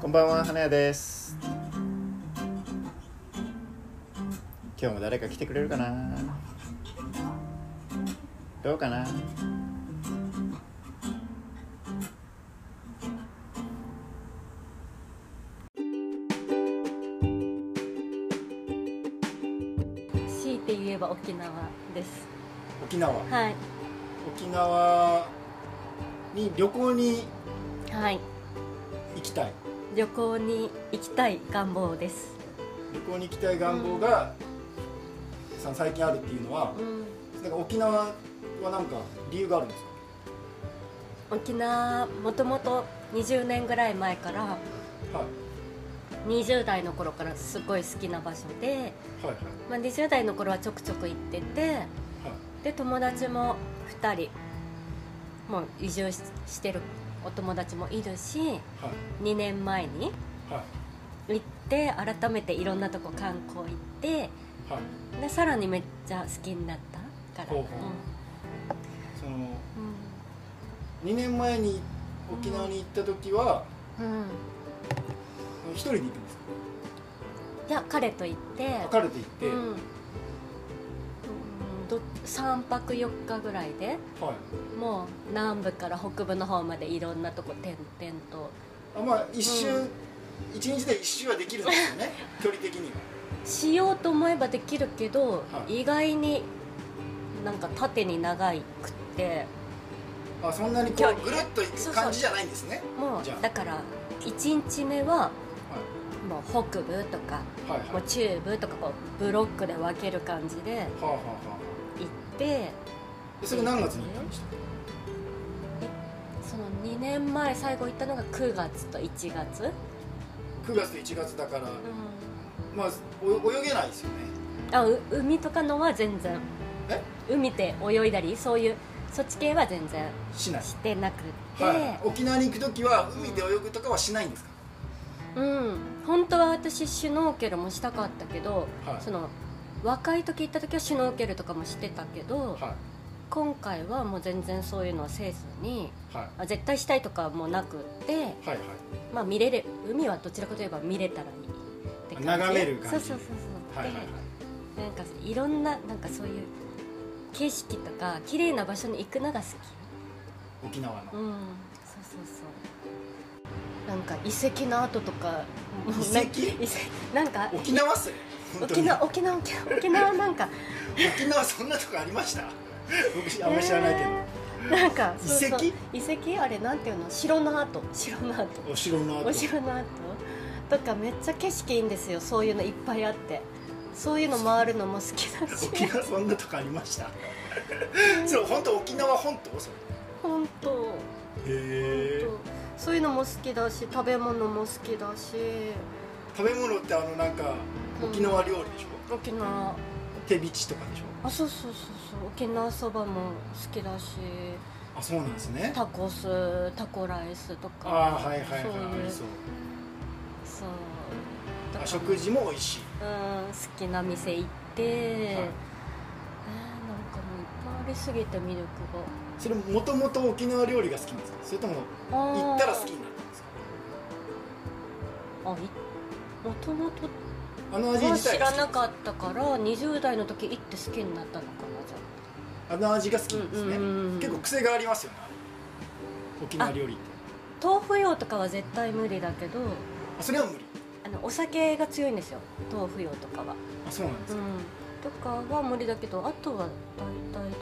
こんばんは、花屋です。今日も誰か来てくれるかな。どうかな。強いて言えば沖縄です沖縄。はい沖縄に旅行にはい行きたい。旅行に行きたい願望です旅行に行きたい願望が、さ最近あるっていうのは、なんか沖縄はなんか理由があるんですか。沖縄もともと20年ぐらい前からはい20代の頃からすごい好きな場所で、はいはいまあ、20代の頃はちょくちょく行っててはい。で友達も2人もう移住ししてるお友達もいるしはい2年前にはい行って改めていろんなとこ観光行ってはいでさらにめっちゃ好きになったからほうほその2年前に沖縄に行った時はうんうん一人で行くんですかいや彼と行って別れて行って、うんうんど3泊4日ぐらいではいもう南部から北部の方までいろんなとこ転々とあまあ一周、う一日で一周はできるんですよね距離的にはしようと思えばできるけど、はい意外になんか縦に長いくってあそんなにこ距う離ぐるっと行く感じじゃないんですねもうじゃあだから1日目はもう北部とかはいはいもう中部とかこうブロックで分ける感じではあはあは行ってあでそれ何月に行ったんでしたっその2年前最後行ったのが9月と1月、け9月と1月だから、まあお泳げないですよねあう海とかのは全然え海で泳いだりそういうそっち系は全然しない、してなくて、はい、沖縄に行く時は海で泳ぐとかはしないんですか、うん本当は私シュノーケルもしたかったけど、はいその若い時行った時はシュノーケルとかもしてたけど、は今回はもう全然そういうのはせずにいはいあ絶対したいとかはもうなくって、はいはいまあ、見れる海はどちらかといえば見れたらいいって感じ眺める感じそうそうそうそう、はいはいではないんかいろんななんかそういう景色とか綺麗な場所に行くのが好き沖縄のうんそうそうそうなんか遺跡の跡とかもうね遺 跡遺跡なんか沖縄っすね本当沖に縄沖縄沖縄沖縄なんか沖縄そんなとこありました 僕あんまり知らないけ ど、なんか遺跡そうそう遺跡あれなんていうの城の跡城の跡お城のお跡城の跡とかめっちゃ景色いいんですよそういうのいっぱいあってそういうの回るのも好きだし沖縄そんなとこあり ましたそれ本当沖縄本島そ本当本れへえ当そういうのも好きだし食べ物も好きだし食べ物ってあのなんかうん沖縄料理でしょ、沖縄手びちとかでしょあそうそうそうそう沖縄そばも好きだしあそうなんですねタコスタコライスとあかあはいはいはいそうあいりうそそううあ食事も美味しいうん好きな店行って、えーはいなんかもういっぱいありすぎて魅力それもともと沖縄料理が好きなんですかそれともがあー行ったら好きになったんですかあいもともとあの味は自体知がら好きななんですかったから20代の時行って好きになったのかなじゃあの味が好きなんですね、うんうんうん結構癖がありますよね沖縄料理ってあ豆腐用とかは絶対無理だけどあそれは無理あのお酒が強いんですよ豆腐用とかはあそうなんですうか、んとかは無理だけどあとは大体大丈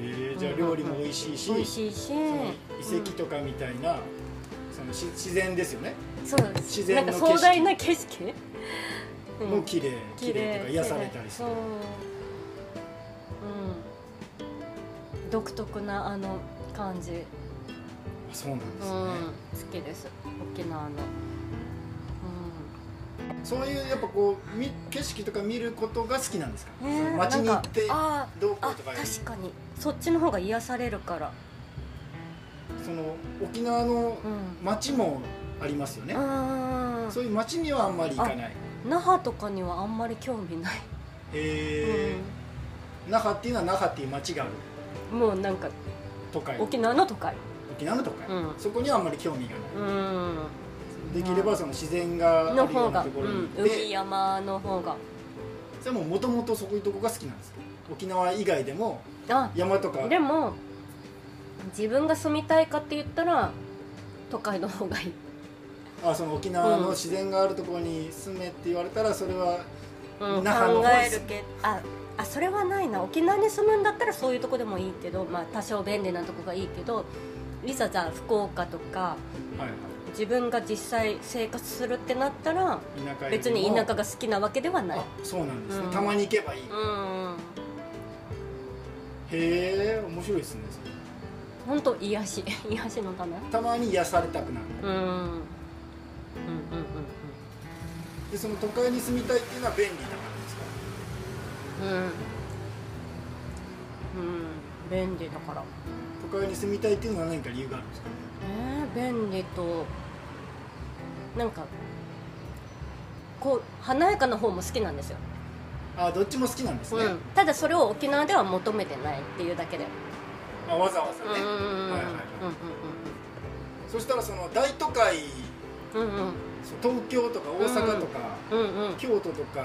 へえじゃあ料理も美味しいし、夫美味しいしその遺跡とかみたいな、そのし自然ですよね、うんそう自然なのんか壮大な景色もう綺麗綺麗とか癒されたりすそうるうん独特なあの感じあそうなんうでんすね、好きです沖縄のそういうやっぱこうみ景色とか見ることが好きなんですか、うんねその街に行ってなんかあどうーこあうとかより確かにそっちの方が癒されるからその沖縄のうん街もありますよね、うんそういう街にはあんまり行かない那覇とかにはあんまり興味ない、え那覇っていうのは那覇っていう街があるうんもうなんか都会沖縄の都会沖縄のとこや、うんそこにはあんまり興味がない、うんできればその自然があるのよ方うなが、とこうろにん、行って、海山の方がそれはももともとそういうとこが好きなんですよ沖縄以外でもあ山とかでも自分が住みたいかって言ったら都会の方がいい、あその沖縄の自然があるところに住めって言われたらそれはうん、那覇の考方でえするけああそれはないな沖縄に住むんだったらそういうとこでもいいけど、まあ、多少便利なとこがいいけどいざじゃあ福岡とかはいはい自分が実際生活するってなったら田舎よりも別に田舎が好きなわけではないあそうなんですね、うんたまに行けばいい、うんへえ面白いですねそれ本当癒し癒しのためたまに癒されたくなるうんうんうんうんうんでその都会に住みたいっていうのは便利な感じですかうんうん便利だから都会に住みたいっていうのは何か理由があるんですかえー便利となんかこう華やかな方も好きなんですよ、あどっちも好きなんですね、うん、ただそれを沖縄では求めてないっていうだけであわざわざうんうんね、うんうんうんはいはいそしたらその大都会うんうんそう東京とか大阪とか、うんうんうん京都とか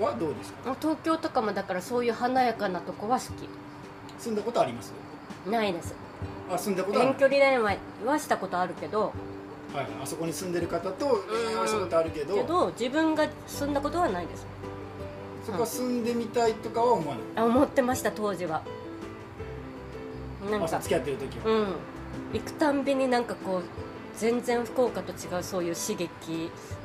はどうですか東京とかもだからそういう華やかなとこは好住んだことありますきないですあ住んだことある遠距離恋愛はしたことあるけどはいはい、あそこに住んでる方と恋愛はしたことあるけどけど自分が住んだことはないですそこは住んでみたいとかは思わない、あ思ってました当時はなんあそうか付き合ってる時は、うん行くたんびになんかこう全然福岡と違うそういう刺激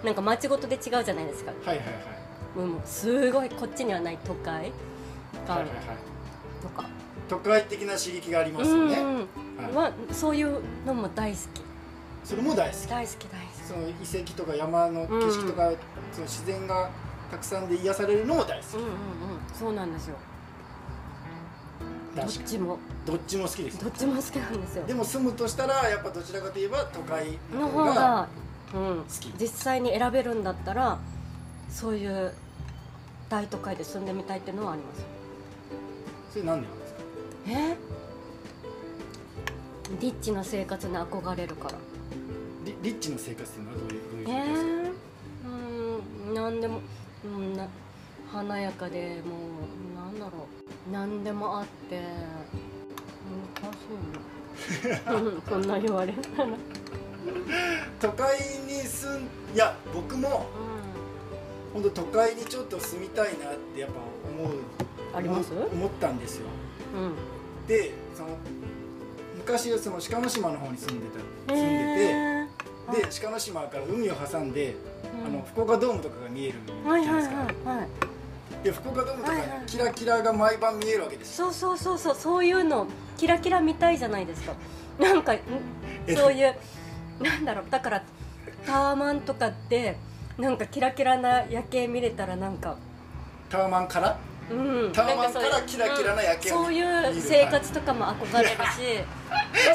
なんか街ごとで違うじゃないですかはいはいはいもうすごいこっちにはない都会がはあいはいるはいとか、都会的な刺激がありますうよんね、うんはい、はそういうのも大好それも大好きき大好き大好きその遺跡とか山の景色とか、その自然がたくさんで癒されるのも大好き、うんうんうんそうなんですよどっ確かにちもどっちも好きですどっちも好きなんですよでも住むとしたらやっぱどちらかといえば都会のの方方がが、うん、き実際に選べるんだったらそういう大都会で住んでみたいっていうのはありますそれなんでなんですかえリッチな生活に憧れるからリリッチの生活っていうのはどういうどういうえ状況ですか、ー、うん何でも、うん、な華やかでもうなんだろう何でもあって 難しいなうんこんな言われたら、うん、都会に住んいや僕も本当都会にちょっと住みたいなってやっぱ思うあります思う思ったんですようんでその昔その鹿の島の方に住んでた住んでえて、で鹿の島から海を挟んで、ーあの福岡ドームとかが見えるじゃはないいはいですか、はいはいで福岡ドームとはかいはいキラキラが毎晩見えるわけですよそうそうそうそうそういうのキラキラ見たいじゃないですか なんかんえそういうなんだろうだからタワマンとかってなんかキラキラな夜景見れたらなんかタワマンからうんタワマンなんそういうからキラキラな夜景をうんそう見るいう生活とかも憧れるしえ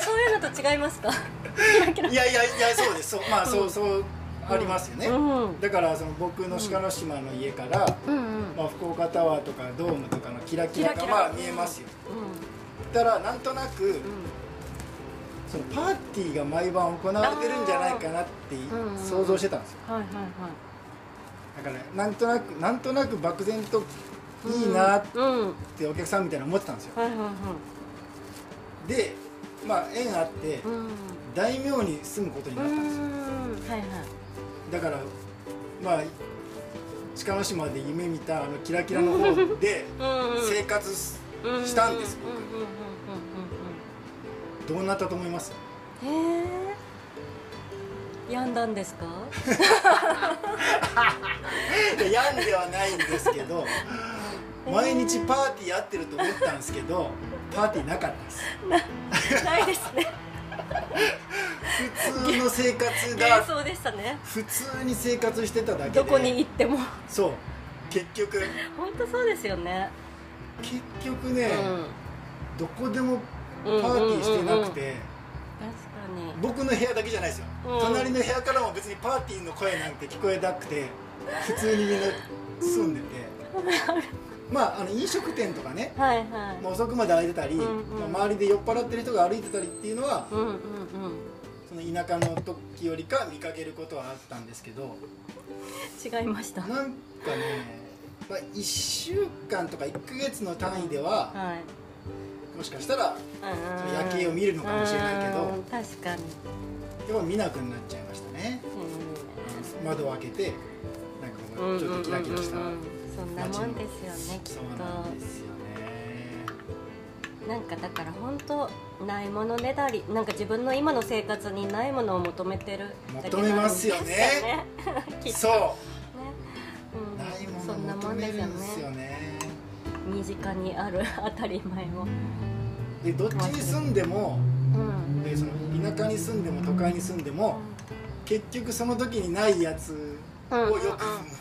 そういうのと違いますか キラキラいやいやいやそうですそうまあそうそうありますよね、うん、うんだからその僕の鹿の島の家から、うんまあ、福岡タワーとかドームとかのキラキラキラがキラまあ見えますよだからなんとなくそのパーティーが毎晩行われてるんじゃないかなってんうん想像してたんですよはいはいはいだからなんとなくなんとなく漠然といいなっうんはいてお客さんみたいな思ってたんですよはいはいでまあ縁あってうん大名に住むことにうなったんですんよはいはいだからまあ鹿の島で夢見たあのキラキラの方でうんうん生活すしたんですうんうんうんうんどうなったと思いますうんうんへえ病んだんですかいや病んではないんですけ ど毎日パーティーやってると思ったんですけどパーティーなかったですないですね普通の生活幻が想でしたね普通に生活してただけでどこに行ってもそう結局本当そうですよね結局ね、どこでもパうんーティーしてなくて、確かに僕の部屋だけじゃないですよ、うん隣の部屋からも別にパー ティーの声なんて聞こえなくて普通にみんな住んでてまああの飲食店とかね、はいはいまあ、遅くまで空いてたり、うんうんまあ周りで酔っ払ってる人が歩いてたりっていうのはうんうんうんその田舎の時よりか見かけることはあったんですけど違いましたなんはかね、まあ、1週間とか1ヶ月の単位では、いもしかしたらうん夜景を見るのかもしれないけどうん確かに、でも見なくなっちゃいましたね窓を開けてなんかうんこうちょっとキラキラした、うんうんうんうんそんなもんですよねきっそうなんでとすよねなんかだから本当ないものねだりなんか自分の今の生活にないものを求めてるだけ求めますよなねんですよねきっとそねううんないものそんな求もんめですよるんですよねね身近にある当たり前をでどっちに住んでもうんでその田舎に住んでも都会に住んでも結局その時にないやつをよく思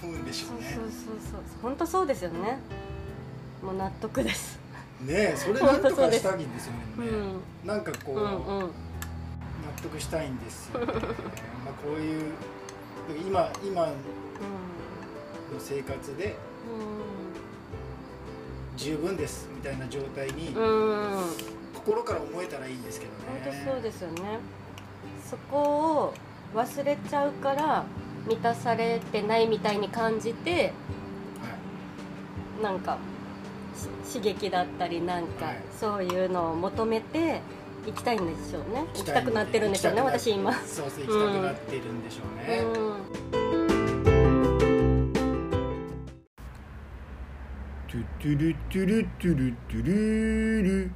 うんでしそょううねそうそうそう本当そうですよねもう納得です、ねえそれなんとかしたいんですよねうん、なんかこうう、んうん納得したいんですよ、ね、 まあこういう今今の生活で十分ですみたいな状態にうんうんうん心から思えたらいいんですけどね本当そうですよねそこを忘れちゃうから満たされてないみたいに感じてなんかし刺激だったりなんか、はいそういうのを求めて行きたいんでしょうね行きたくなってるんでしょうね行きたくな私今、はい、そうそう行きたくなってるんでしょうね、 うんトゥトゥルトゥルトゥルトゥルル